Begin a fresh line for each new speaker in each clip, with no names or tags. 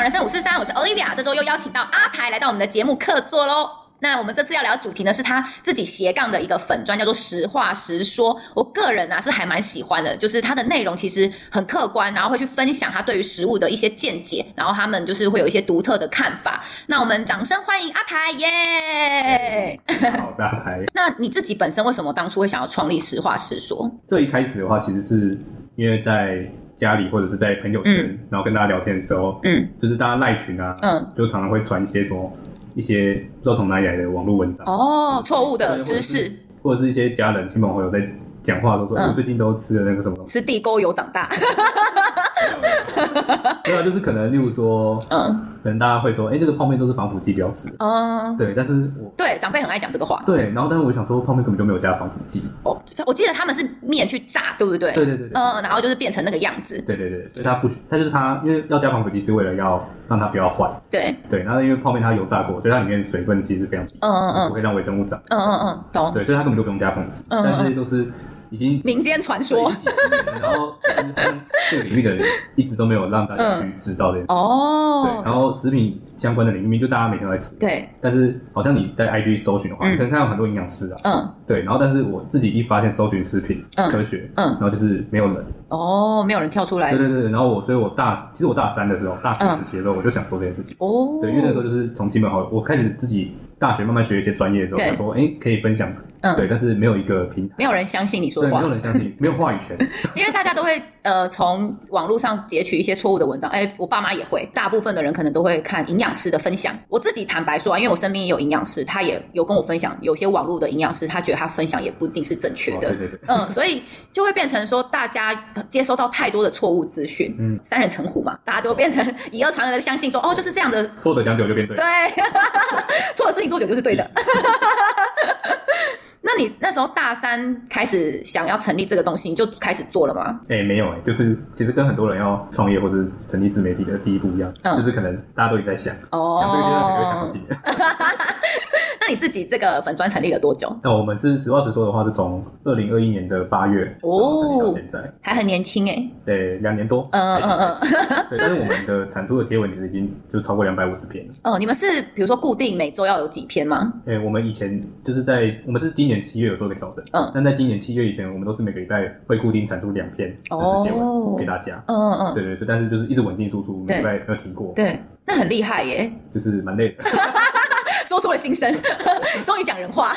人生五四三，我是 Olivia，这周又邀请到阿台来到我们的节目客座喽。那我们这次要聊的主题呢，是他自己斜杠的一个粉砖，叫做“实话实说”。我个人啊是还蛮喜欢的，就是它的内容其实很客观，然后会去分享他对于食物的一些见解，然后他们就是会有一些独特的看法。那我们掌声欢迎阿台耶！
好，我是阿台。
那你自己本身为什么当初会想要创立“实话实说
最一开始的话，其实是因为在家里或者是在朋友圈，
嗯
然后跟大家聊天的时候”？，
嗯
就是大家赖群啊，
嗯，
就常常会传一些什么一些不知道从哪里来的网络文章，
哦，错误的
对
知识，
或者是一些家人、亲朋好友在讲话的时候说，
嗯
哎我最近都吃了那个什么东西，
吃地沟油长大。
对啊，就是可能例如说，
嗯
可能大家会说，哎、这个泡面都是防腐剂标识，
嗯，
对，但是我
对，长辈很爱讲这个话。
对，然后但是我想说，泡面根本就没有加防腐剂，
哦，我记得他们是面去炸，对不对？
对对对对
嗯、然后就是变成那个样子。
对对对，所以它不，它就是它，因为要加防腐剂是为了要让它不要坏。
对，
对，然后因为泡面它油炸过，所以它里面水分其实非常低，
嗯嗯嗯
不会让微生物长。
嗯嗯嗯，懂。
对，所以它根本就不用加防腐剂。
嗯嗯
但是就是已经
民间传说
对。已经几十年了，然后就是他们这个领域的人一直都没有让大家去知道这件事。对，然
嗯哦，
后食品相关的领域，明明就大家每天都在吃，
对，
但是好像你在 IG 搜寻的话，
嗯
你可能看到很多营养师啊，
嗯
对，然后但是我自己一发现搜寻食品
嗯
科学，
嗯
然，后就是没有人。
哦，没有人跳出来
对。对对，对然后我所以我大其实我大三的时候，大
嗯
学时期的时候，我就想做这件事情。
哦，
对，因为那时候就是从亲朋好友，我开始自己大学慢慢学一些专业的时候，
对
想说，哎，可以分享，
嗯
对，但是没有一个平台，
没有人相信你说
对，
的
没
话
有，人相信，没有话语权，
因为大家都会呃从网络上截取一些错误的文章。哎，我爸妈也会，大部分的人可能都会看营养师的分享。我自己坦白说啊，因为我身边也有营养师，他也有跟我分享，有些网络的营养师他觉得他分享也不一定是正确
哦
的
对。对对，
嗯，所以就会变成说，大家接收到太多的错误资讯，
嗯
三人成虎嘛，大家都变成以讹传讹的相信说，哦，就是这样的，
错的讲久就变对
对，， 错的事情做久就是对的。 那你那时候大三开始想要成立这个东西，你就开始做了吗？
哎，没有哎，就是其实跟很多人要创业或者是成立自媒体的第一步一样，
嗯
就是可能大家都一直在想，想这个阶段可能就想好
哦
几，年。
那你自己这个粉砖成立了多久？
那我们是实话实说的话，是从二零二一年的八月然
哦
后成立到现在，
还很年轻哎、
对，两年多，
嗯嗯嗯嗯
对，但是我们的产出的贴文其实已经就超过两百五十篇了。
嗯，你们是比如说固定每周要有几篇吗？
哎、我们以前就是在我们是今年七月有做一个调整，
嗯
但在今年七月以前，我们都是每个礼拜会固定产出两篇知识贴
哦
文给大家。
嗯嗯嗯，
对对对，但是就是一直稳定输出，每
对
礼拜没有停过，
对，那很厉害耶、
就是蛮累的。
说出了心声， 终于讲人话。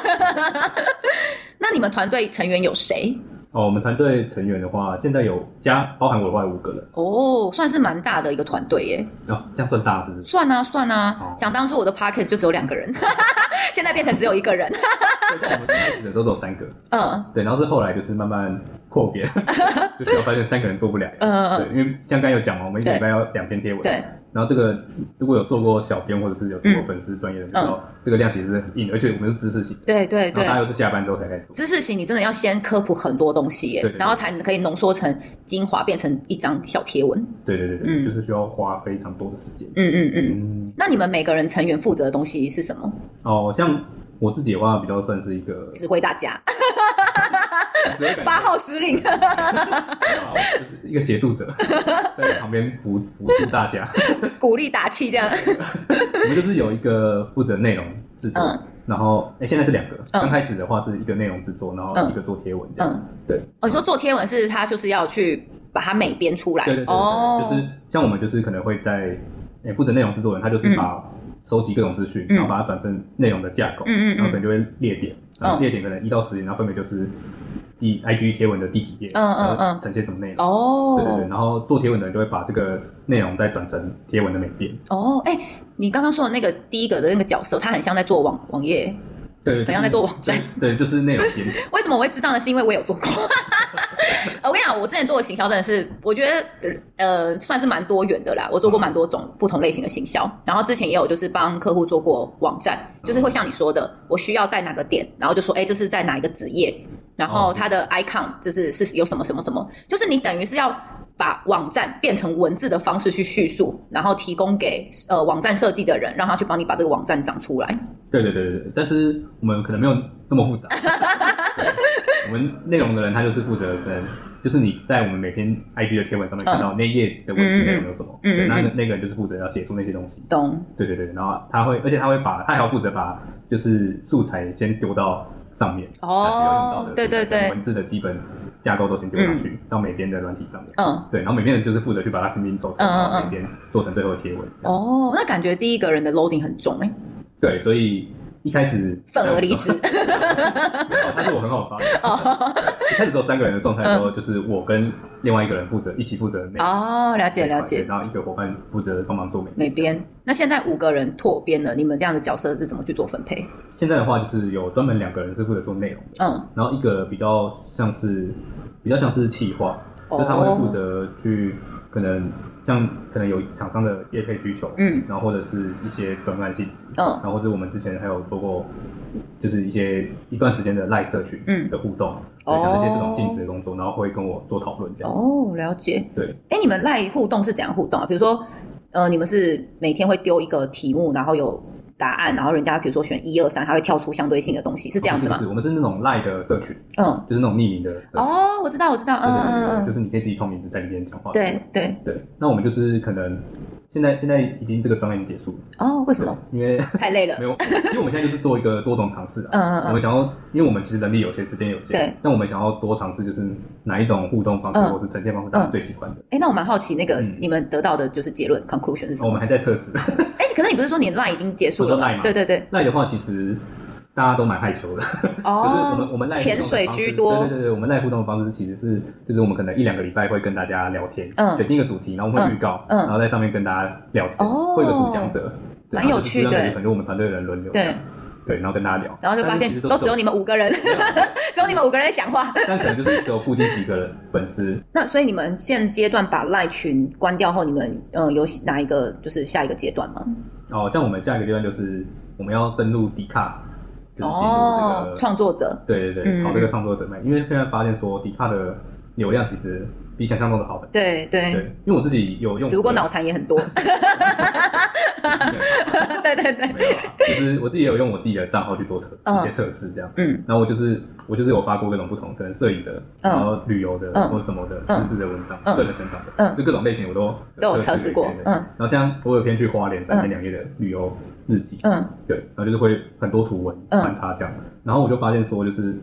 那你们团队成员有谁？
哦，我们团队成员的话，现在有加包含我的话有五个人，
哦，算是蛮大的一个团队耶。
哦，这样算大是不是？
算啊算啊
哦，
想当初我的 podcast 就只有两个人， 现在变成只有一个人。
对在我们一开始的时候只有三个，
嗯
对，然后是后来就是慢慢扩编， 就是我发现三个人做不了。对
嗯，
因为像刚才有讲嘛，我们一个礼拜要两篇贴文，
对，
然后这个如果有做过小编或者是有做过粉丝专业的人，
嗯
然后这个量其实很硬，而且我们是知识型，
对对
然后
对
大家。又是下班之后才开始做。
知识型，你真的要先科普很多东西耶
对对，对
然后才可以浓缩成精华，变成一张小贴文。
对对对对，
嗯
就是需要花非常多的时间。
嗯嗯嗯。
嗯，
那你们每个人成员负责的东西是什么？
哦，像我自己的话，比较算是一 个
指挥大家，
只有感 觉
八号司令。
好就是一个协助者， 在旁边辅辅助大家。
鼓励打气这样。
我们就是有一个负责内容制作，
嗯
然后哎，现在是两个，
嗯
刚开始的话是一个内容制作，然后一个做贴文这样。
嗯，
对。
哦，你说做贴文是他就是要去把它美编出来，
对对对对对，
哦，
就是像我们就是可能会在诶负责内容制作人，他就是把收集各种资讯，
嗯
然后把它转成内容的架构，
嗯嗯嗯嗯
然后可能就会列点，然后列点可能一到十点，然后分别就是第 IG 贴文的第几页，
嗯嗯嗯
然后呈现什么内容。
哦，
对对对，然后做贴文的人就会把这个内容再转成贴文的每遍，
哦，哎、你刚刚说的那个第一个的那个角色，他很像在做网网页，
对，对
很像在做网站。
对，就是内容编辑，
为什么我会知道呢？是因为我有做过。 呃我跟你讲，我之前做的行销真的是，我觉得呃算是蛮多元的啦。我做过蛮多种不同类型的行销，然后之前也有就是帮客户做过网站，
嗯
就是会像你说的，我需要在哪个点，然后就说哎这是
嗯
在哪一个子页，然后它的 icon 就是是有什么什么什么，就是你等于是要把网站变成文字的方式去叙述，然后提供给呃网站设计的人，让他去帮你把这个网站长出来。
对对对对对，但是我们可能没有那么 复杂。对我们内容的人他就是负责跟，就是你在我们每篇 IG 的贴文上面看到那页的文字内容有什么，
嗯嗯嗯
对，那
嗯
那那个人就是负责要写出那些东西。
懂？
对对对，然后他会，而且他会把他还要负责把就是素材先丢到上面，他使要用到
哦
的，
对对
素材跟
对
文，字的基本架构都先丢上去、到每篇的软体上面。
嗯。
对，然后每篇人就是负责去把它拼拼凑凑，
嗯嗯嗯
然后每篇做成最后的贴文。
哦，那感觉第一个人的 loading 很重哎、
对，所以一开始
份额离职，
他哦是我很好发
哦
的。一开始只有三个人的状态的时候，就是我跟另外一个人负责一起负责内容
哦，了
这
解
一块
了解
对。然后一个伙伴负责帮忙做美编。
美编，那现在五个人拓编了，你们这样的角色是怎么去做分配？
现在的话，就是有专门两个人是负责做内容的，
嗯，
然后一个比较像是比较像是企划，
哦
就是他会负责去可能像可能有厂商的业配需求，
嗯
然后或者是一些专案性质，
嗯
然后或者我们之前还有做过，就是一些一段时间的赖社群
嗯
的互动，
哦
对像这些这种性质的工作，然后会跟我做讨论这样。
哦，了解。
对，
哎，你们赖互动是怎样互动啊？比如说，呃，你们是每天会丢一个题目，然后有答案，然后人家比如说选一二三，他会跳出相对性的东西，是这样子
不是
吗
不？是，我们是那种赖的社群，
嗯，
就是那种匿名的社群，
哦，我知道，我知道，
对
嗯
对对对
嗯
就
嗯，
是你可以自己创名字在里面讲话。
对对。
对，那我们就是可能现在现在已经这个专案已经结束了，
哦，为什
对
么？，
因为。
太累了
没。有，其实我们现在就是做一个多种尝试啊。
嗯嗯嗯
我们想要，因为我们其实能力有限，时间有限，
对，
但我们想要多尝试，就是哪一种互动方式
嗯
或是呈现方式，大家最喜欢的。
哎，那我蛮好奇，那个
嗯
你们得到的就是结论 conclusion 是什
我
么
们？还在测试。
哎，可是你不是说你赖已经结束了
我说赖
吗？
吗
对对 对。
赖的话，其实大家都蛮害羞的，
哦，
就是我们我们赖互动的
潜水
方式
居多
对对对对，我们赖互动的方式其实是，就是我们可能一两个礼拜会跟大家聊天，
嗯
选定一个主题，然后我们会预告，
嗯嗯
然后在上面跟大家聊天，
哦
会有个主讲者，对
蛮有趣的
然后就是可能我们团队的人轮流，
对，
对，然后跟大家聊，
然后就发
但是
现
其实
都只有你
你，
们五个人， 只有你们五个人在讲话。
但可能就是只有固定几个人粉丝，
那所以你们现阶段把赖群关掉后，你们嗯、呃有哪一个就是下一个阶段吗？
哦，像我们下一个阶段就是我们要登录迪卡，就是进入这个、
哦，创作者
对对对，
嗯
朝这个创作者脉，因为现在发现说迪卡的流量其实比想象中的好很多。
对对，
对，因为我自己有用，
只不过脑残也 很多。对对对，
没有啊，就是我自己也有用我自己的账号去做测
嗯
一些测试，这样。
嗯
然后我就是我就是有发过各种不同，可能摄影的，
嗯
然后旅游的，
嗯
或什么的
嗯
知识的文章，
嗯
个人成长的，
嗯
就各种类型我都
都有测试过
对对
嗯
对然后像我有篇去花莲三天两夜的旅游日记，
嗯
对，然后就是会很多图文
嗯
穿插这样。然后我就发现说，就是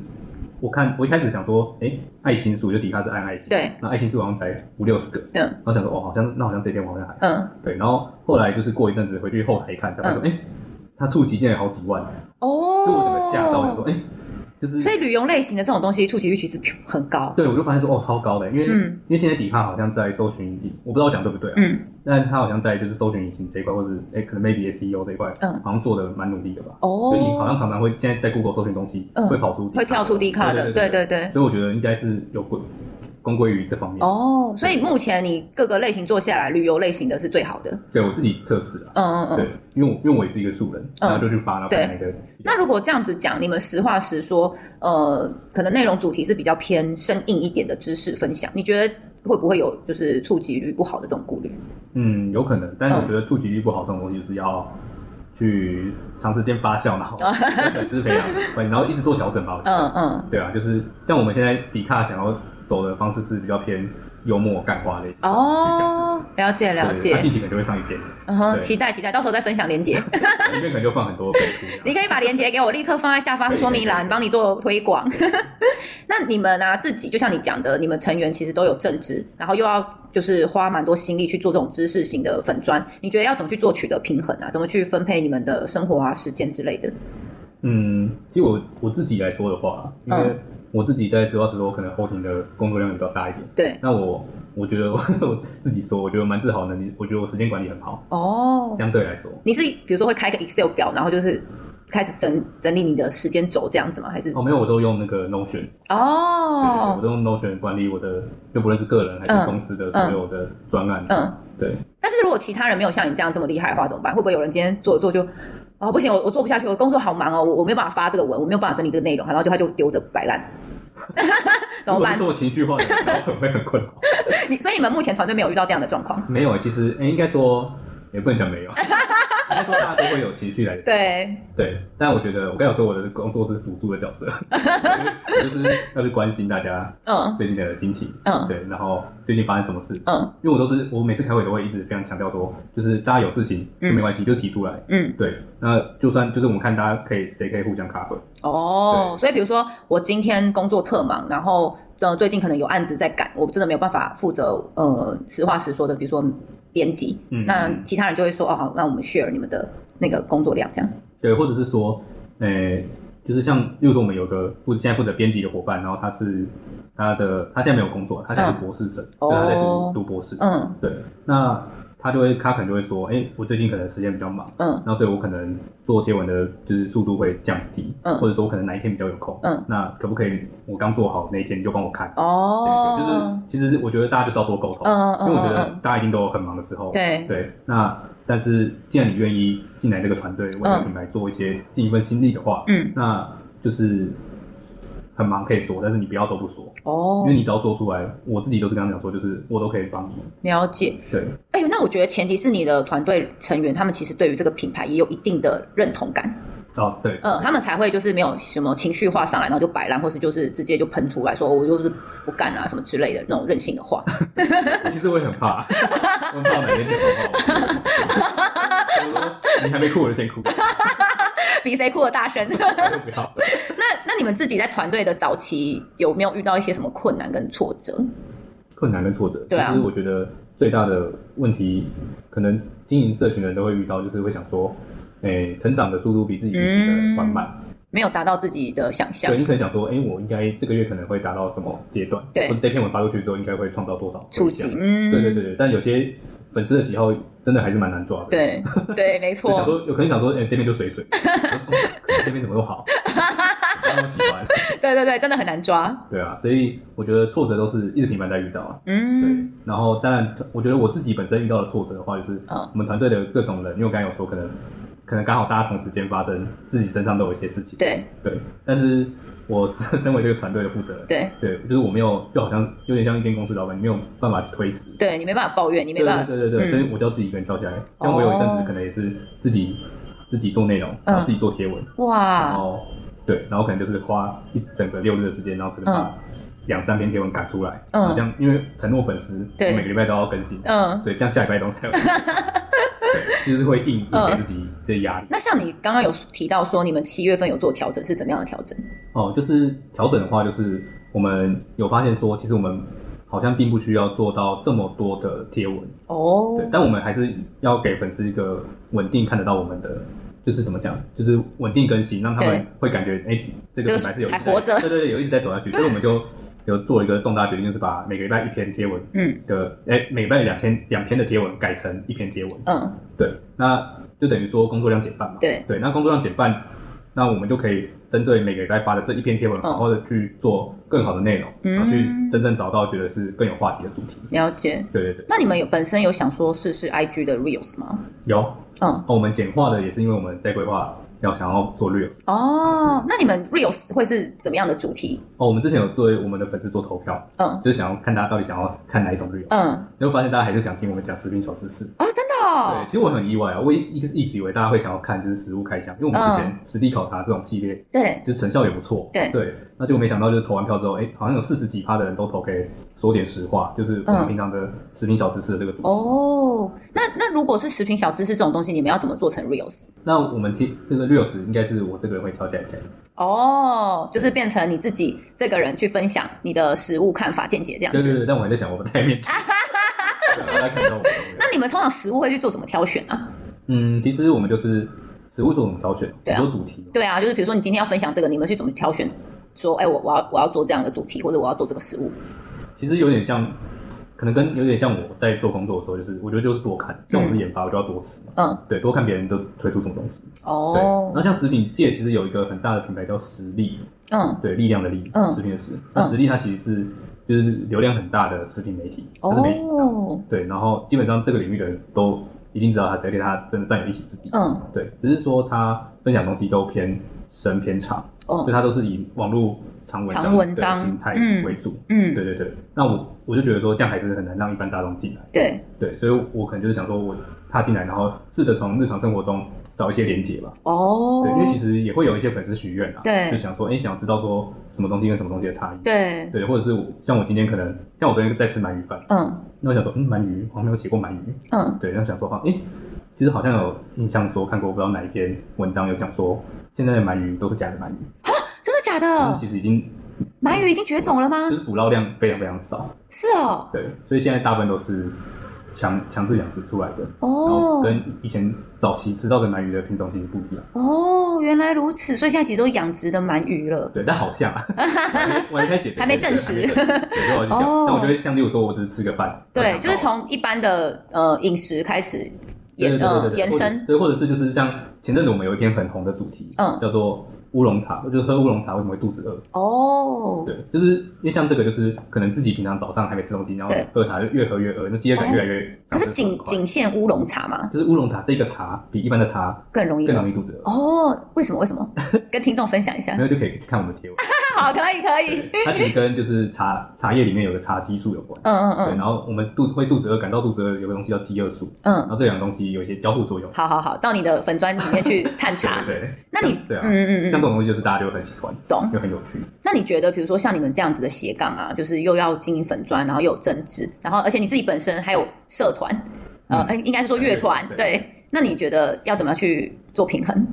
我看我一开始想说，哎，爱心数就底下是按爱心，
对，
那爱心数好像才五六十个，然
嗯
后想说哦，好像那好像这篇我好像还好
嗯，
对，然后后来就是过一阵子回去后台一看，才发现说，哎、它触及竟然有好几万，
哦，
就我整个吓到，想说，哎、就是
所以旅游类型的这种东西触及率其实很高。
对我就发现说，哦，超高的，因为、
嗯
因为现在底下好像在搜寻，我不知道我讲对不对、啊，
嗯，
但它好像在就是搜寻引擎这一块，或是哎、可能 maybe SEO 这一块，
嗯
好像做的蛮努力的吧。
哦
就，你好像常常会现在在 Google 搜寻东西，
嗯
会跑出 Dcard
会跳出低卡的，对对
对
对。
所以我觉得应该是有归公归于这方面。
哦，所以目前你各个类型做下来，旅游类型的是最好的。
对我自己测试了，
嗯嗯嗯。
对，因为我因为我也是一个素人，
嗯
然后就去发了
对
看哪个。
那如果这样子讲，你们实话实说，呃，可能内容主题是比较偏生硬一点的知识分享，你觉得会不会有就是触及率不好的这种顾虑？
嗯，有可能，但是我
嗯
觉得触及率不好这种东西就是要去长时间发 酵，哦然后跟粉丝培养，然后一直做调整吧。我觉得
嗯嗯，
对啊，就是像我们现在底卡想要走的方式是比较偏幽默干话类型的，去讲知
哦
识。，
了解
对
了
他
解，
近期可能就会上一篇，
嗯哼，
对
期待期待，到时候再分享链接，
里面可能就放很多梗图。
你可以把链接给我，立刻放在下
可
方
以
说明
可以可
栏，
以
帮你做推广。 那你们啊，自己就像你讲的，你们成员其实都有正职，然后又要就是花蛮多心力去做这种知识型的粉砖，你觉得要怎么去做取得平衡啊？怎么去分配你们的生活啊、时间之类的？
嗯，其实我我自己来说的话，因为
嗯
我自己在实话实说，可能后庭的工作量比较大一点。
对，
那我我觉得我 我自己说，我觉得蛮自豪的，你我觉得我时间管理很好，
哦，
相对来说。
你是比如说会开个 Excel 表，然后就是开始整整理你的时间轴这样子吗？还是
哦，没有，我都用那个 Notion，对对对，
哦，
我都用 Notion 管理我的，就不论是个人还是
嗯
公司的所有的专案。
嗯。
对，
但是如果其他人没有像你这样这么厉害的话，怎么办？会不会有人今天做一做就，哦不行，我我做不下去，我工作好忙哦，我我没有办法发这个文，我没有办法整理这个内容，然后就他就丢着摆烂。 怎么
如果是
办？
做情绪化的，那我会很困扰。
你所以你们目前团队没有遇到这样的状况？
没有，其实、哎，应该说也不能讲 没有，应该说大家都会有情绪来的时候。
对，
对，但我觉得我刚才有说我的工作是辅助的角 色，我就是要去关心大家
嗯
最近的心情，
嗯
对，然后最近发生什么事，
嗯
因为我都是我每次开会都会一直非常强调说，就是大家有事情
嗯
没关系就提出来，
嗯，
对，那就算就是我们看大家可以谁可以互相 cover，
哦，所以比如说我今天工作特忙，然后呃最近可能有案子在赶，我真的没有办法负责呃实话实说的，比如说编辑，
嗯
那其他人就会说哦好，那我们 share 你们的那个工作量这样，
对，或者是说，呃，就是像，例如说我们有个负现在负责编辑的伙伴，然后他是他的他现在没有工作，他现在是博士生，
嗯
对，他在
哦
读读博士，
嗯
对，那他就会他可能就会说，哎，我最近可能时间比较忙。
嗯
那所以，我可能做贴文的，就是速度会降低，
嗯
或者说我可能哪一天比较有空，
嗯，
那可不可以我刚做好那一天你就帮我看？
哦，
就是其实我觉得大家就是要多沟通，
嗯嗯
因为我觉得
嗯
大家一定都有很忙的时候，
对
对。那但是既然你愿意进来这个团队，为了
嗯
品牌做一些尽一份心力的话，
嗯
那就是很忙可以说，但是你不要都不说，
哦
因为你只要说出来，我自己都是跟他讲说，就是我都可以帮你，
了解，
对，
哎、那我觉得前提是你的团队成员他们其实对于这个品牌也有一定的认同感，
哦对，
嗯，他们才会就是没有什么情绪化上来，然后就摆烂，或是就是直接就喷出来说我就是不干啊什么之类的那种任性的话。嗯
其实我也很 怕，我很怕哪天电话爆 我说你还没哭，我就先哭，我
比谁哭的大声。
就不要。
那那你们自己在团队的早期有没有遇到一些什么困难跟挫折？
困难跟挫折。
对啊
其实我觉得最大的问题，可能经营社群的人都会遇到，就是会想说，诶、成长的速度比自己预期的缓慢。
没有达到自己的想象
对，你可能想说，诶、我应该这个月可能会达到什么阶段，
对
或者这篇文发出去之后应该会创造多少
触
回响
及？嗯，
对对对对，但有些粉丝的喜好真的还是蛮难抓的。。
对对没
就
错，
想说，有可能想说，诶，这边就 水水，哦可能这边怎么都好，那么喜欢，
对对对，真的很难抓。
对啊，所以我觉得挫折都是一直频繁在遇到啊。对
嗯，，
然后当然，我觉得我自己本身遇到的挫折的话，就是
嗯
我们团队的各种人，因为我刚才有说，可能可能刚好大家同时间发生，自己身上都有一些事情。
对
对，但是我身身为这个团队的负责人，
对
对，就是我没有，就好像有点像一间公司老板，你没有办法去推辞。
对，你没办法抱怨，你没
对
办
对
法，
对对对，
嗯哦
所以我就要自己一个人跳下来。像我有一阵子可能也是自己自己做内
嗯
容，然后自己做贴文，然
哇，
后对，然后可能就是花一整个六日的时间，然后可能把两三篇贴文赶出来，
嗯
然后这样因为承诺粉丝，
对
我每个礼拜都要更新，
嗯。
所以这样下礼拜都才有，对，就是会硬
嗯
硬给自己这些压力。
那像你刚刚有提到说你们七月份有做调整，是怎么样的调整？
哦，就是调整的话，就是我们有发现说，其实我们好像并不需要做到这么多的贴文，
哦
对，但我们还是要给粉丝一个稳定看得到我们的。就是怎么讲，就是稳定更新，让他们
对
会感觉，哎、
这
这
个
个品牌是有一直
还
在
活着
对对对，有一直在走 下去，所以我们就有做一个重大决定，就是把每个礼拜一篇贴文
嗯
的，哎、每个礼拜两篇两篇的贴文改成一篇贴文，
嗯，
对，那就等于说工作量减半嘛，
对，
对，那工作量减半，那我们就可以针对每个礼拜发的这一篇贴文，
嗯
好好的去做更好的内容，然后去
嗯
真正找到觉得是更有话题的主题，
了解。
对对对，
那你们有本身有想说试试 IG 的 Reels 吗？
有，
嗯，
哦，我们简化的也是因为我们在规划要想要做 reels。尝
哦，那你们 Reels 会是怎么样的主题？
哦，我们之前有作为我们的粉丝做投票，
嗯
就是想要看大家到底想要看哪一种 reels，
嗯，
然后发现大家还是想听我们讲食品小知识。
哦，真的
对，
哦
其，实我很意外啊，我一一一直以为大家会想要看就是食物开箱，因为我们之前实地考察这种系列，
对
就是成效也不错。
嗯对
对，那就没想到就是投完票之后，哎、好像有四十几趴的人都投给说点实话，就是我
嗯
们平常的食品小知识的这个主题。
哦，那那如果是食品小知识这种东西，你们要怎么做成 Reels？
那我们听这个 reels 应该是我这个人会挑起来讲。
哦，就是变成你自己这个人去分享你的食物看法见解这样
对对
子。
对，但我还在想我们戴 面具，对啊大家看不到我的
那你们通常食物会去做怎么挑选啊？
嗯，其实我们就是食物做怎么挑选，
对啊
很多主题嘛。
对啊，就是比如说你今天要分享这个，你们去怎么挑选？说，哎、我我要我要做这样的主题，或者我要做这个食物。
其实有点像，可能跟有点像我在做工作的时候，就是我觉得就是多看，像我是研发，我就要多吃嘛。
嗯，
对，多看别人都推出什么东西。对，然
哦
后，像食品界其实有一个很大的品牌叫实力，
嗯，
对，力量的力，
嗯
食品的食。那实力它其实是就是流量很大的食品媒体，它是媒体上。
哦，
对，然后基本上这个领域的人都一定知道它是，而且它真的占有一席之地。
嗯
对，只是说它分享的东西都偏深偏长，
哦
所以它都是以网络长文
长文
章的
章
形态
嗯
为主。
嗯，
对对对，那我我就觉得说这样还是很难让一般大众进来。
对，
对，所以我可能就是想说，我踏进来，然后试着从日常生活中找一些连接吧。
哦，
对，因为其实也会有一些粉丝许愿啊，
对
就想说，哎、想知道说什么东西跟什么东西的差异。
对，
对，或者是我像我今天可能，像我昨天在吃鳗鱼饭，
嗯
那我想说，嗯，鳗鱼好像没有写过鳗鱼，
嗯
对，然后想说，哎、其实好像有印象说看过，不知道哪一篇文章有讲说，现在的鳗鱼都是假的鳗鱼，
真的假
但
的
是？其实已经
鳗鱼已经绝种了吗
就？是捕捞量非常非常少，
是哦，
对，所以现在大部分都是强强制养殖出来的，然后
哦
跟以前早期吃到的鳗鱼的品种其实不一样，
哦，原来如此，所以现在其实都养殖的鳗鱼了。
对，但好像啊 我还没开 始
还没证实
对，还没证实对所以我就讲，
哦
但我就会像例如说，我只是吃个饭，我
对，
想
就是
到
从一般的呃饮食开始
对
延
对对对
呃
对
延
或者
伸，
对，或者是就是像前阵子我们有一篇很红的主题，
嗯
叫做乌龙茶，就是喝乌龙茶为什么会肚子饿？
哦，
对，就是因为像这个，就是可能自己平常早上还没吃东西，然后
对哦
喝茶就越喝越饿，那饥饿感越来越
可
上升
是
很
仅
快。
仅限乌龙茶嘛，
就是乌龙茶这个茶比一般的茶
更容易
更
吗
容易肚子饿，
哦，为什么？为什 么？跟听众分享一下
没。有就可以看我们 的贴文。
好，可以，可以
对。它其实跟就是茶茶叶里面有个茶激素有关。
嗯
对，
嗯
然后我们肚会肚子饿，感到肚子饿有个东西叫饥饿素，
嗯
然
嗯，
后这两个东西有一些交互作用。
好好好，到你的粉砖里面去探查。
对对，
那你
像对啊，
嗯嗯
像这
嗯，
种东西就是大家就很喜欢，
懂。
又很有趣。
那你觉得，比如说像你们这样子的斜杠啊，就是又要经营粉砖，然后又有政治，然后而且你自己本身还有社团，呃，
嗯
哎应该是说乐团，
对
对。那你觉得要怎么去做平衡？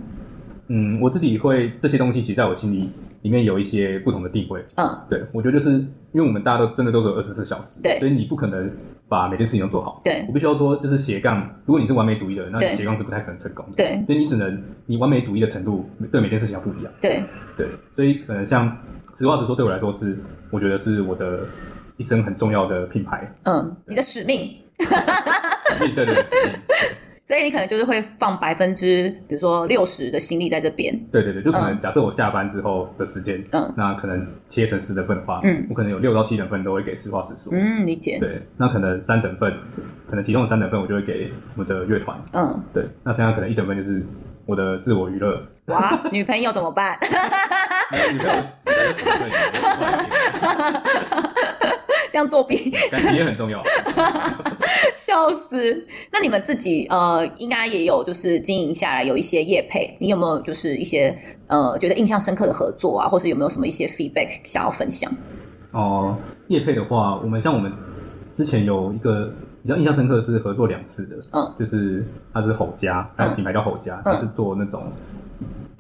嗯，我自己会这些东西，其实在我心里里面有一些不同的定位。
嗯，
对，我觉得就是因为我们大家都真的都只有二十四小时，
对
所以你不可能把每件事情都做好。
对
我必须要说，就是斜杠，如果你是完美主义的人，那你
对
斜杠是不太可能成功的。
对
所以你只能你完美主义的程度对每件事情要不一样。
对，
对，所以可能像实话实说，对我来说是，我觉得是我的一生很重要的品 牌。
嗯，你的使命，
对对对，使命
所以你可能就是会放百分之，比如说六十的心力在这边，
对对对，就可能假设我下班之后的时间，
嗯
那可能切成十等份的话，
嗯
我可能有六到七等份都会给实话实说。
嗯，理解，
对，那可能三等份，可能其中的三等份我就会给我们的乐团。
嗯，
对，那剩下可能一等份就是我的自我娱乐。
哇，女朋友怎么办？
没有女朋友没有什么对你
这样作弊，
感情也很重要。
笑死！那你们自己呃，应该也有就是经营下来有一些业配，你有没有就是一些呃觉得印象深刻的合作啊，或是有没有什么一些 feedback 想要分享？
哦、叶配的话，我们像我们之前有一个比较印象深刻的是合作两次的，
嗯，
就是它是吼家，它的品牌叫吼家，它是做那种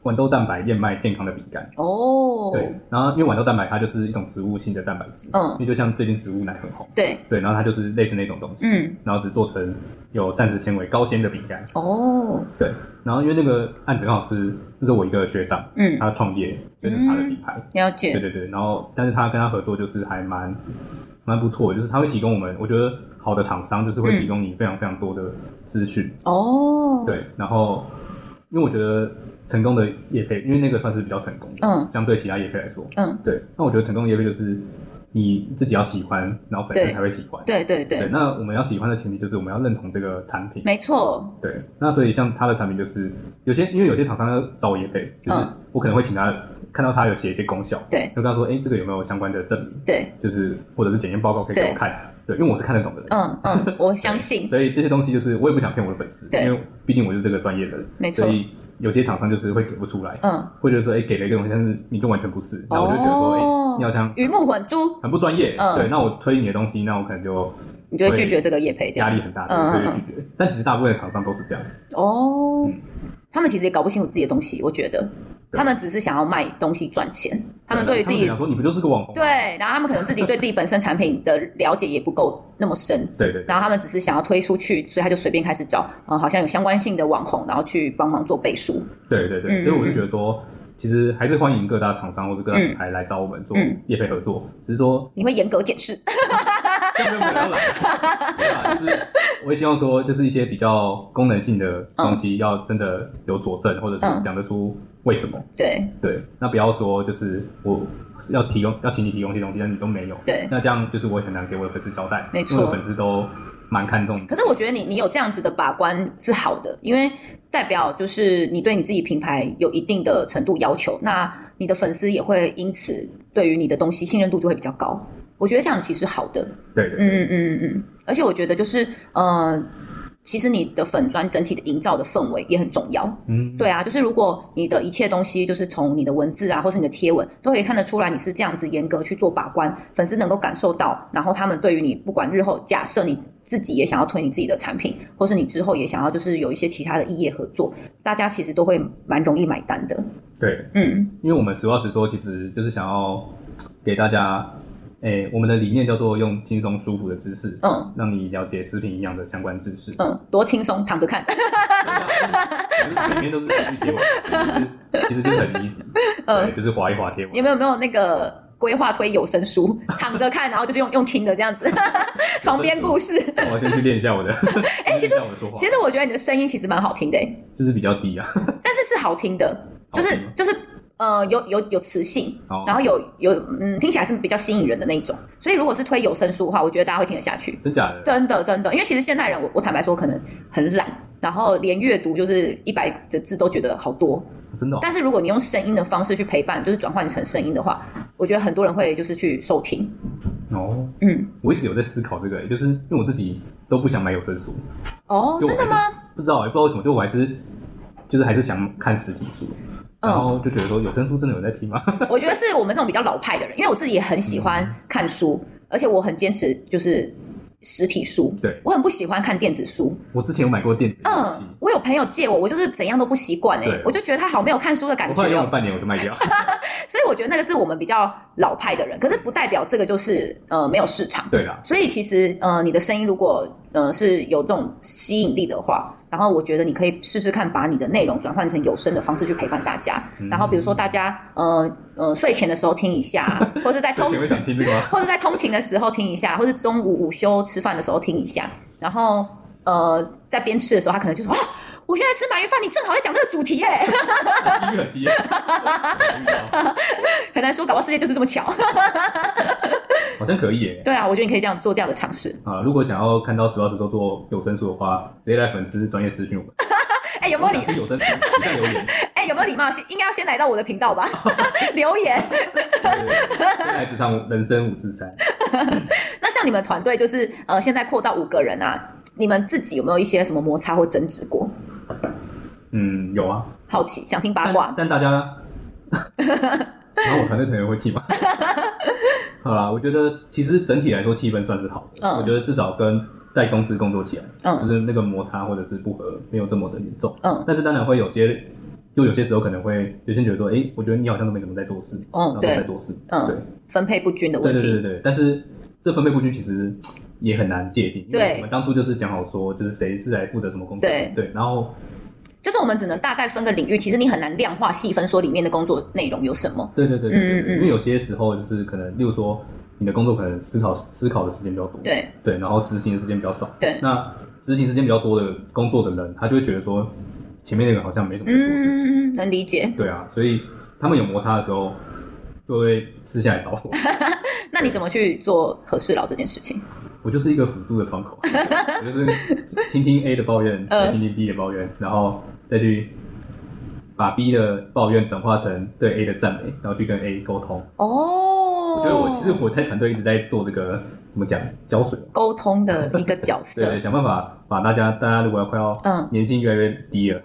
豌豆蛋白燕麦健康的饼干。
哦，
对，然后因为豌豆蛋白它就是一种植物性的蛋白质，
嗯
因为就像最近植物奶很红，
对，
对，然后它就是类似那种东西，
嗯，
然后只做成有膳食纤维高纤的饼干，
哦，
对，然后因为那个案子刚好是就是我一个学长，
嗯，
他创业，所以就是他的品牌，
了
对
解，
对对，然后但是他跟他合作就是还蛮蛮不错的，就是他会提供我们，我觉得好的厂商就是会提供你非常非常多的资讯，
哦，，
对，然后因为我觉得成功的业配，因为那个算是比较成功的，
嗯
相对其他业配来说，
嗯，
对，那我觉得成功的业配就是你自己要喜欢，然后粉丝
对
才会喜欢。
对对对，
那我们要喜欢的前提就是我们要认同这个产品。
没错，
对，那所以像他的产品就是有些，因为有些厂商要找我业配，就是
嗯
我可能会请他看到他有写一些功效，
对
就跟他说，哎，这个有没有相关的证明，
对，
就是或者是检验报告可以给
对
我看。对，因为我是看得懂的人，
嗯 嗯，我相信，
所以这些东西就是我也不想骗我的粉丝，
对
因为毕竟我是这个专业的人，
没错
所以有些厂商就是会给不出来，
嗯，
或者说哎给了一个东西，但是你就完全不是，那我就觉得说，哎、
哦
你好像
鱼目混珠，
很不专业，
嗯
对，那我推你的东西，那我可能就
你就会拒绝这个业配，这样
压力很大，
嗯
对，
嗯
就会拒绝。但其实大部分的厂商都是这样，
哦
嗯，
他们其实也搞不清楚自己的东西，我觉得
对
他们只是想要卖东西赚钱，他们对于自
他们
己
想说你不就是个网红吗？
对，然后他们可能自己对自己本身产品的了解也不够那么深，
对对对
然后他们只是想要推出去，所以他就随便开始找，呃，好像有相关性的网红，然后去帮忙做背书。
对对
嗯
对，所以我就觉得说，其实还是欢迎各大厂商或者各大
嗯
品牌来找我们做
嗯
业配合作，只是说
你会严格检视，
要不要不要来啊，对啊就是我也希望说，就是一些比较功能性的东西，要真的有佐证，或者
嗯
是讲得出为什么。
对
对，那不要说就是我是要提供要请你提供一些东西，但你都没有。
对
那这样就是我也很难给我的粉丝交代，
没错
因为我的粉丝都蛮看重的。
可是我觉得你你有这样子的把关是好的，因为代表就是你对你自己品牌有一定的程度要求，那你的粉丝也会因此对于你的东西信任度就会比较高。我觉得这样其实好的，
对对
嗯嗯嗯嗯嗯。而且我觉得就是呃，其实你的粉砖整体的营造的氛围也很重要。
嗯，
对啊，就是如果你的一切东西，就是从你的文字啊，或是你的贴文，都可以看得出来你是这样子严格去做把关，粉丝能够感受到，然后他们对于你，不管日后假设你自己也想要推你自己的产品，或是你之后也想要就是有一些其他的异业合作，大家其实都会蛮容易买单的。
对，
嗯
因为我们实话实说，其实就是想要给大家，诶，我们的理念叫做用轻松舒服的知识，
嗯
让你了解食品营养的相关知识。
嗯，多轻松，躺着看。
里面都是体育贴文，就是其实就是很 easy，
嗯
对，就是划一划贴文
你。们有没有那个规划推有声书，躺着看，然后就是用用听的这样子， 床边故事。
我要先去练一 下我的，哎
其实
我的说话
其实我觉得你的声音其实蛮好听的、欸。
就是比较低啊。
但是是好听的，就是
好听吗
就是呃有有有磁性，
哦
然后有有嗯听起来是比较吸引人的那一种。所以如果是推有声书的话，我觉得大家会听得下去。
真假的？
真的真的，因为其实现代人，我我坦白说可能很懒，然后连阅读就是一百的字都觉得好多。
真的哦、
但是如果你用声音的方式去陪伴，就是转换成声音的话，我觉得很多人会就是去收听。
哦，
嗯，
我一直有在思考这个、欸就是因为我自己都不想买有声书，
哦，
就
真
我还
的
是
吗？
不知道、欸也不知道为什么，就我还是就是还是想看实体书，
嗯
然后就觉得说有声书真的有在听吗？
我觉得是我们这种比较老派的人，因为我自己也很喜欢
嗯
看书，而且我很坚持就是实体书。
对
我很不喜欢看电子书。
我之前有买过电子游戏
嗯，，我有朋友借我，我就是怎样都不习惯哎
对，
我就觉得他好没有看书的感
我
觉
后来用了
哦。
半年我就 卖掉，
所以我觉得那个是我们比较老派的人，可是不代表这个就是呃没有市场。
对啦，
所以其实呃你的声音如果呃是有这种吸引力的话，然后我觉得你可以试试看，把你的内容转换成有声的方式去陪伴大家。
嗯
然后比如说大家呃呃睡前的时候听一下，或者在
所
通
以前面想听这个吗？
或者在通勤的时候听一下，或者中午午休吃饭的时候听一下，然后呃，在边吃的时候，他可能就说：“啊，我现在吃鳗鱼饭，你正好在讲这个主题耶。
几率很低、啊，”
很难说，搞不好世界就是这么巧。
好像可以耶、
对啊，我觉得你可以这样做这样的尝试。
啊，如果想要看到石老师都做有声书的话，直接来粉丝专业私讯我们。
哎，有没
我
有
想
礼？
听有声书，期待 留言。
哎，有没有礼貌？先应该要先来到我的频道吧， 留言。
对来职场人生五四三，
那像你们团队就是呃，现在扩到五个人啊，你们自己有没有一些什么摩擦或争执过？
嗯，有啊，
好奇，想听八
但
卦。
但大家，然后我团队成员会气吗？ 好啦，我觉得其实整体来说气氛算是好的，
嗯
我觉得至少跟在公司工作起来，
嗯
就是那个摩擦或者是不和没有这么的严重，
嗯
但是当然会有些，就有些时候可能会有些人觉得说，哎、我觉得你好像都没怎么在做事，
嗯
然后都
对
在做事，
嗯
对，
分配不均的
对
问
对
题
对，对，但是这分配不均其实也很难界定，因
对
为我们当初就是讲好说，就是谁是来负责什么工作，
对
对，然后
就是我们只能大概分个领域，其实你很难量化细分说里面的工作内容有什么。
对对对对对
嗯嗯嗯
对因为有些时候就是可能，例如说你的工作可能思考思考的时间比较多，
对
对，然后执行的时间比较少，
对
那执行时间比较多的工作的人，他就会觉得说前面那个好像没什么在做事情，
嗯，能理解。
对啊，所以他们有摩擦的时候就会私下来找我，
那你怎么去做和事佬这件事情？
我就是一个辅助的窗口，我就是听听 A 的抱怨，
嗯
再听听 B 的抱怨，然后再去把 B 的抱怨转化成对 A 的赞美，然后去跟 A 沟通。
哦，
我觉得我其实我在团队一直在做这个怎么讲胶水，哦
沟通的一个角色，
对，想办法把大家大家如果要快要
嗯
年薪越来越低了，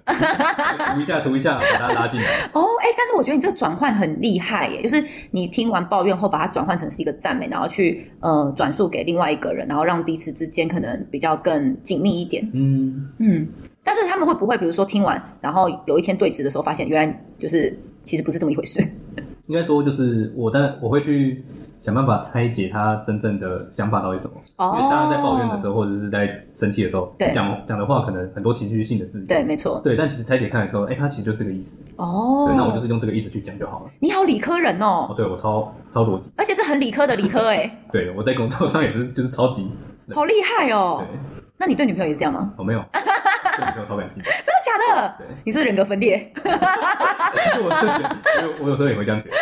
涂一下涂一下把大家拉进来，
哦，哎、但是我觉得你这个转换很厉害耶，就是你听完抱怨后，把它转换成是一个赞美，然后去呃转述给另外一个人，然后让彼此之间可能比较更紧密一点。
嗯。
嗯，但是他们会不会比如说听完，然后有一天对质的时候，发现原来就是其实不是这么一回事？
应该说，就是我，但我会去想办法拆解他真正的想法到底是什么。
哦
因为大家在抱怨的时候，或者是在生气的时候
对，
讲讲的话可能很多情绪性的字眼。
对，没错。
对但其实拆解看的时候，哎、它其实就是这个意思。
哦，
对，那我就是用这个意思去讲就好了。
你好理科人
哦，
哦，
对我超超逻辑，
而且是很理科的理科哎、
对我在工作上也是就是超级。对
好厉害哦
对，！
那你对女朋友也是这样吗？
我、没有，对女朋友超感性。
真的假的？
对，
你是不是人格分裂，
其实我是觉得，因为我有时候也会这样觉得。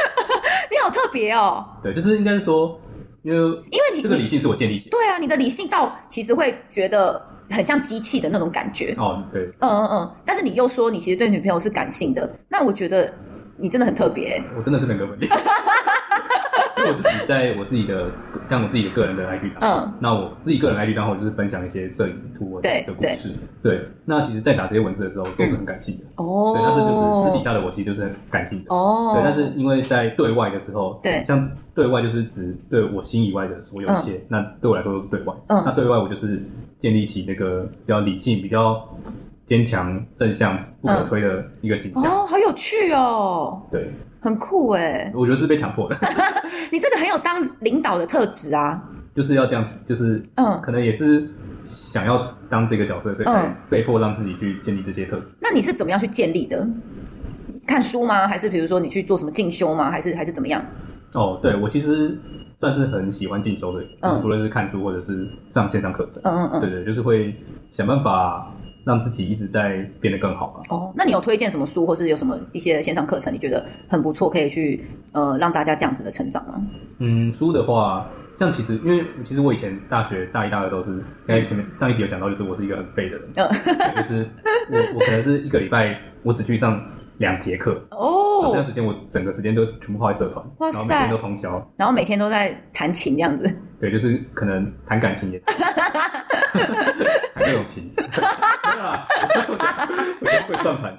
你好特别哦。
对，就是应该是说，因为
因为你
这个
你
理性是我建立起来
对啊，你的理性到其实会觉得很像机器的那种感觉
的。。哦，对，
嗯嗯嗯，但是你又说你其实对女朋友是感性的，那我觉得你真的很特别欸、
我真的是人格 分裂。因为我自己在我自己的像我自己的个人的 IG 账号，
嗯
那我自己个人 IG 账号就是分享一些摄影图文
对嗯
的故事。对，那其实，在打这些文字的时候都是很感性的。
哦，
对，但是就是私底下的我其实就是很感性的。
哦，
对，但是因为在对外的时候，
对
像对外就是指对我心以外的所有一切，那对我来说都是对外。
嗯
那对外我就是建立起这个比较理性、比较坚强、正向、不可摧的一个形象。
嗯哦，好有趣哦，
对，
很酷哎，
我觉得是被强迫的，
你这个很有当领导的特质啊，
就是要这样子，就是
嗯，
可能也是想要当这个角色，所以才
嗯
被迫让自己去建立这些特质。
那你是怎么样去建立的？看书吗？还是比如说你去做什么进修吗？还是还是怎么样？
哦，对我其实算是很喜欢进修的，
嗯
就是不论是看书或者是上线上课程。
嗯嗯嗯，
对对，就是会想办法让自己一直在变得更好吧。
哦，那你有推荐什么书，或是有什么一些线上课程，你觉得很不错，可以去呃让大家这样子的成长吗？
嗯，书的话，像其实因为其实我以前大学大一、大二的时候是，刚才前面上一集有讲到，就是我是一个很 废的人，
嗯
对就是我我可能是一个礼拜我只去上两节课，这段
哦，
时间我整个时间都全部花在社团，
哇
然
塞
后每天都通宵，
然后每天都在弹琴这样子，
对，就是可能谈 感情也谈各种情，对啊，我觉得会算盘，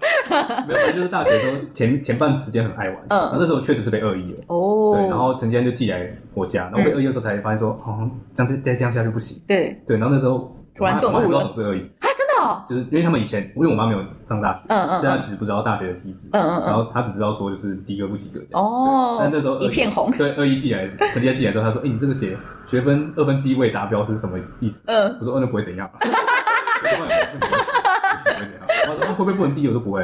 没有，反正就是大学的时候前前半时间很爱玩，
嗯
然后那时候确实是被恶意了。
哦，嗯
对，然后陈建安就寄来我家，然后我被恶意的时候才发现说，好像这样子再这样下去不行。
对
对，然后那时候
突然
我
顿悟
妈
了
我妈不知道什么是恶意，
啊，真的哦，
就是因为他们以前，因为我妈没有上大学，
嗯嗯
所以她
嗯
其实不知道大学的机制，
嗯嗯
然
嗯，
后她只知道说就是及格不及格这样。
哦
对但那时候恶意
一片红
对，恶意寄来，陈建安寄来之后，他说，哎，你这个写学分二分之一未达标是什么意思？
嗯，
我说，哦，那不会怎样吧。 我说哦那不会怎样 我说啊会不会不能毕业？我说不会，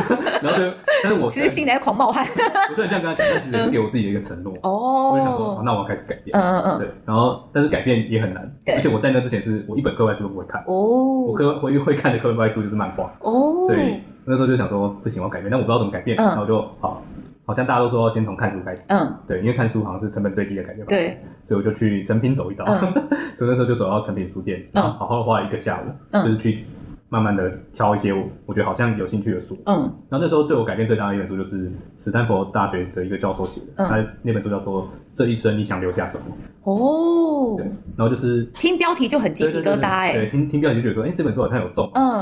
然后就，但是我
其实心里在狂冒汗，
我虽然这样跟他讲，但其实也是给我自己的一个承诺。我就想说， 哦
哦，
那我要开始改变
嗯。嗯嗯，
对，然后但是改变也很难，
对
而且我在那之前是我一本课外书都不会看，我
哦
科会会看的课外书就是漫画，
哦，
所以那时候就想说不行，我要改变，但我不知道怎么改变，
嗯
然后就好，好像大家都说要先从看书开始，
嗯，
对，因为看书好像是成本最低的改变方式，
对，
所以我就去诚品走一遭，
嗯
所以那时候就走到诚品书店，然后好好的花了一个下午，
嗯
就是去慢慢的挑一些我我觉得好像有兴趣的书，
嗯
然后那时候对我改变最大的一本书就是史丹佛大学的一个教授写的，
嗯
他那本书叫做《这一生你想留下什么》，
哦
对，，然后就是
听标题就很鸡皮疙瘩
对对对对
哎，
听听标题就觉得说，哎、这本书好像有中，
嗯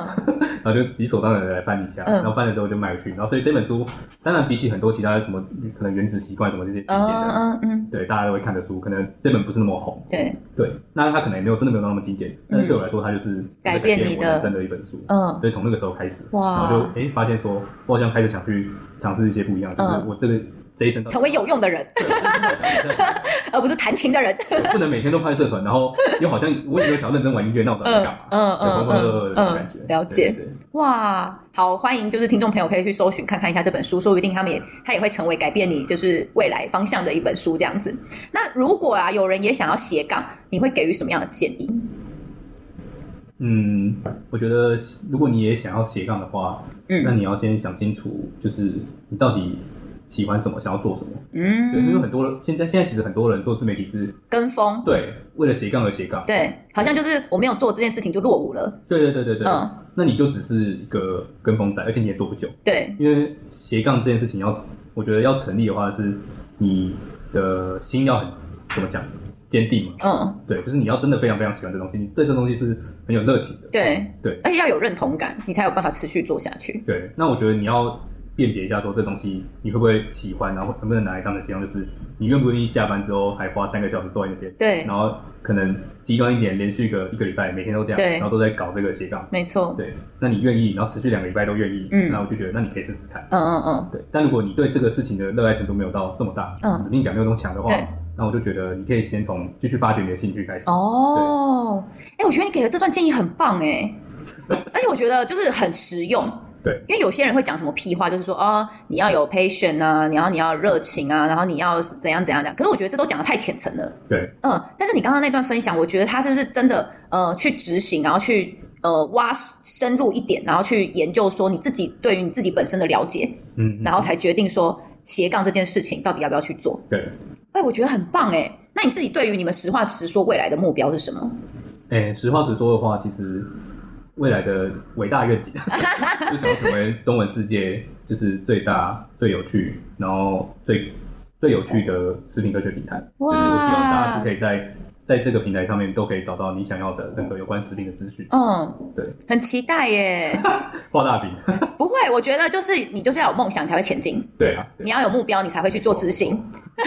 然后就理所当然的来翻一下，
嗯
然后翻的时候就买回去，然后所以这本书当然比起很多其他的什么嗯可能原子习惯什么这些经典的，
嗯嗯嗯，
对大家都会看的书，可能这本不是那么红，
对，
对，那它可能也没有真的没有那么经典，但是对我来说，它就是
嗯改
变
变你
我
的
人生的一本书，
嗯
所以从那个时候开始，然
哇
后就哎、发现说，我好像开始想去尝试一些不一样的，就是
嗯
我这个这一生到底
成为有用的人，
对我真的好想要这样
而不是弹琴的人，
对不能每天都拍社团，然后又好像我也没有想要认真玩音乐，那我到底在干嘛？
嗯
对浑
嗯
浑噩噩
嗯
的感觉，
嗯，了解。
对。对对
哇，好欢迎！就是听众朋友可以去搜寻看看一下这本书，说不定他们也它也会成为改变你就是未来方向的一本书这样子。那如果啊有人也想要斜杠，你会给予什么样的建议？
嗯，我觉得如果你也想要斜杠的话，那
嗯
你要先想清楚，就是你到底喜欢什么，想要做什么。对，因为
嗯，
很多人现在现在其实很多人做自媒体是
跟风
对为了斜杠而斜杠。
对，好像就是我没有做这件事情就落伍了。
对对对对对。
嗯
那你就只是一个跟风仔，而且你也做不久，
对，
因为斜杠这件事情要，我觉得要成立的话是你的心要很怎么讲坚定嘛。
嗯
对，就是你要真的非常非常喜欢这东西，你对这东西是很有热情的。
对，
对
而且要有认同感，你才有办法持续做下去。
对，那我觉得你要辨别一下，说这东西你会不会喜欢，然后能不能拿来当成形象，就是你愿不愿意下班之后还花三个小时坐在那边，
对
然，后可能极端一点，连续个一个礼拜，每天都这样，
对
然后都在搞这个斜杠，
没错。
对，那你愿意，然后持续两个礼拜都愿意，
嗯
那我就觉得那你可以试试看，
嗯嗯嗯，
对。但如果你对这个事情的热爱程度没有到这么大，
嗯
使命感没有这么强的话
对，
那我就觉得你可以先从继续发掘你的兴趣开始，
哦，哎，我觉得你给的这段建议很棒哎，而且我觉得就是很实用。
对，
因为有些人会讲什么屁话，就是说啊、你要有 patient 啊，你要你要热情啊，然后你要怎样怎样怎样。可是我觉得这都讲的太浅层了，
对，
嗯。但是你刚刚那段分享，我觉得他是不是真的呃去执行，然后去呃挖深入一点，然后去研究说你自己对于你自己本身的了解，
嗯，嗯
然后才决定说斜杠这件事情到底要不要去做。
对，
哎，我觉得很棒哎。那那你自己对于你们实话实说未来的目标是什么？
哎，实话实说的话，其实未来的伟大 愿景就想要成为中文世界就是最大、最有趣，然后最最有趣的食品科学平台。就是我希望大家是可以在在这个平台上面都可以找到你想要的任何有关食品的资讯。
嗯，
对，
很期待 耶。
画大饼，
不会，我觉得就是你就是要有梦想才会前进，
对啊，
你
对
要有目标，你才会去做执行。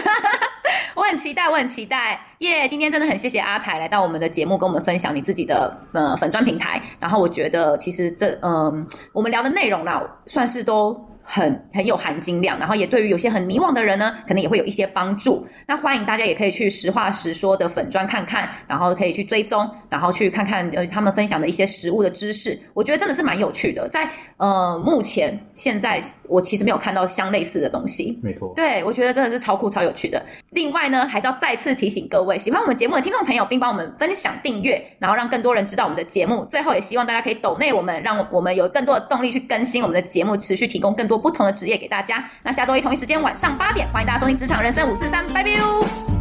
我很期待，我很期待，耶、今天真的很谢谢阿台来到我们的节目，跟我们分享你自己的呃粉砖平台。然后我觉得其实这嗯、我们聊的内容啦，算是都很很有含金量，然后也对于有些很迷惘的人呢，可能也会有一些帮助。那欢迎大家也可以去实话实说的粉砖看看，然后可以去追踪，然后去看看呃他们分享的一些食物的知识，我觉得真的是蛮有趣的。在呃目前现在我其实没有看到相类似的东西，
没错。
对，我觉得真的是超酷、超有趣的。另外呢，还是要再次提醒各位，喜欢我们节目的听众朋友，并帮我们分享、订阅，然后让更多人知道我们的节目。最后，也希望大家可以抖内我们，让我们有更多的动力去更新我们的节目，持续提供更多不同的职业给大家。那下周一同一时间晚上八点，欢迎大家收听《职场人生五四三》，拜拜哟。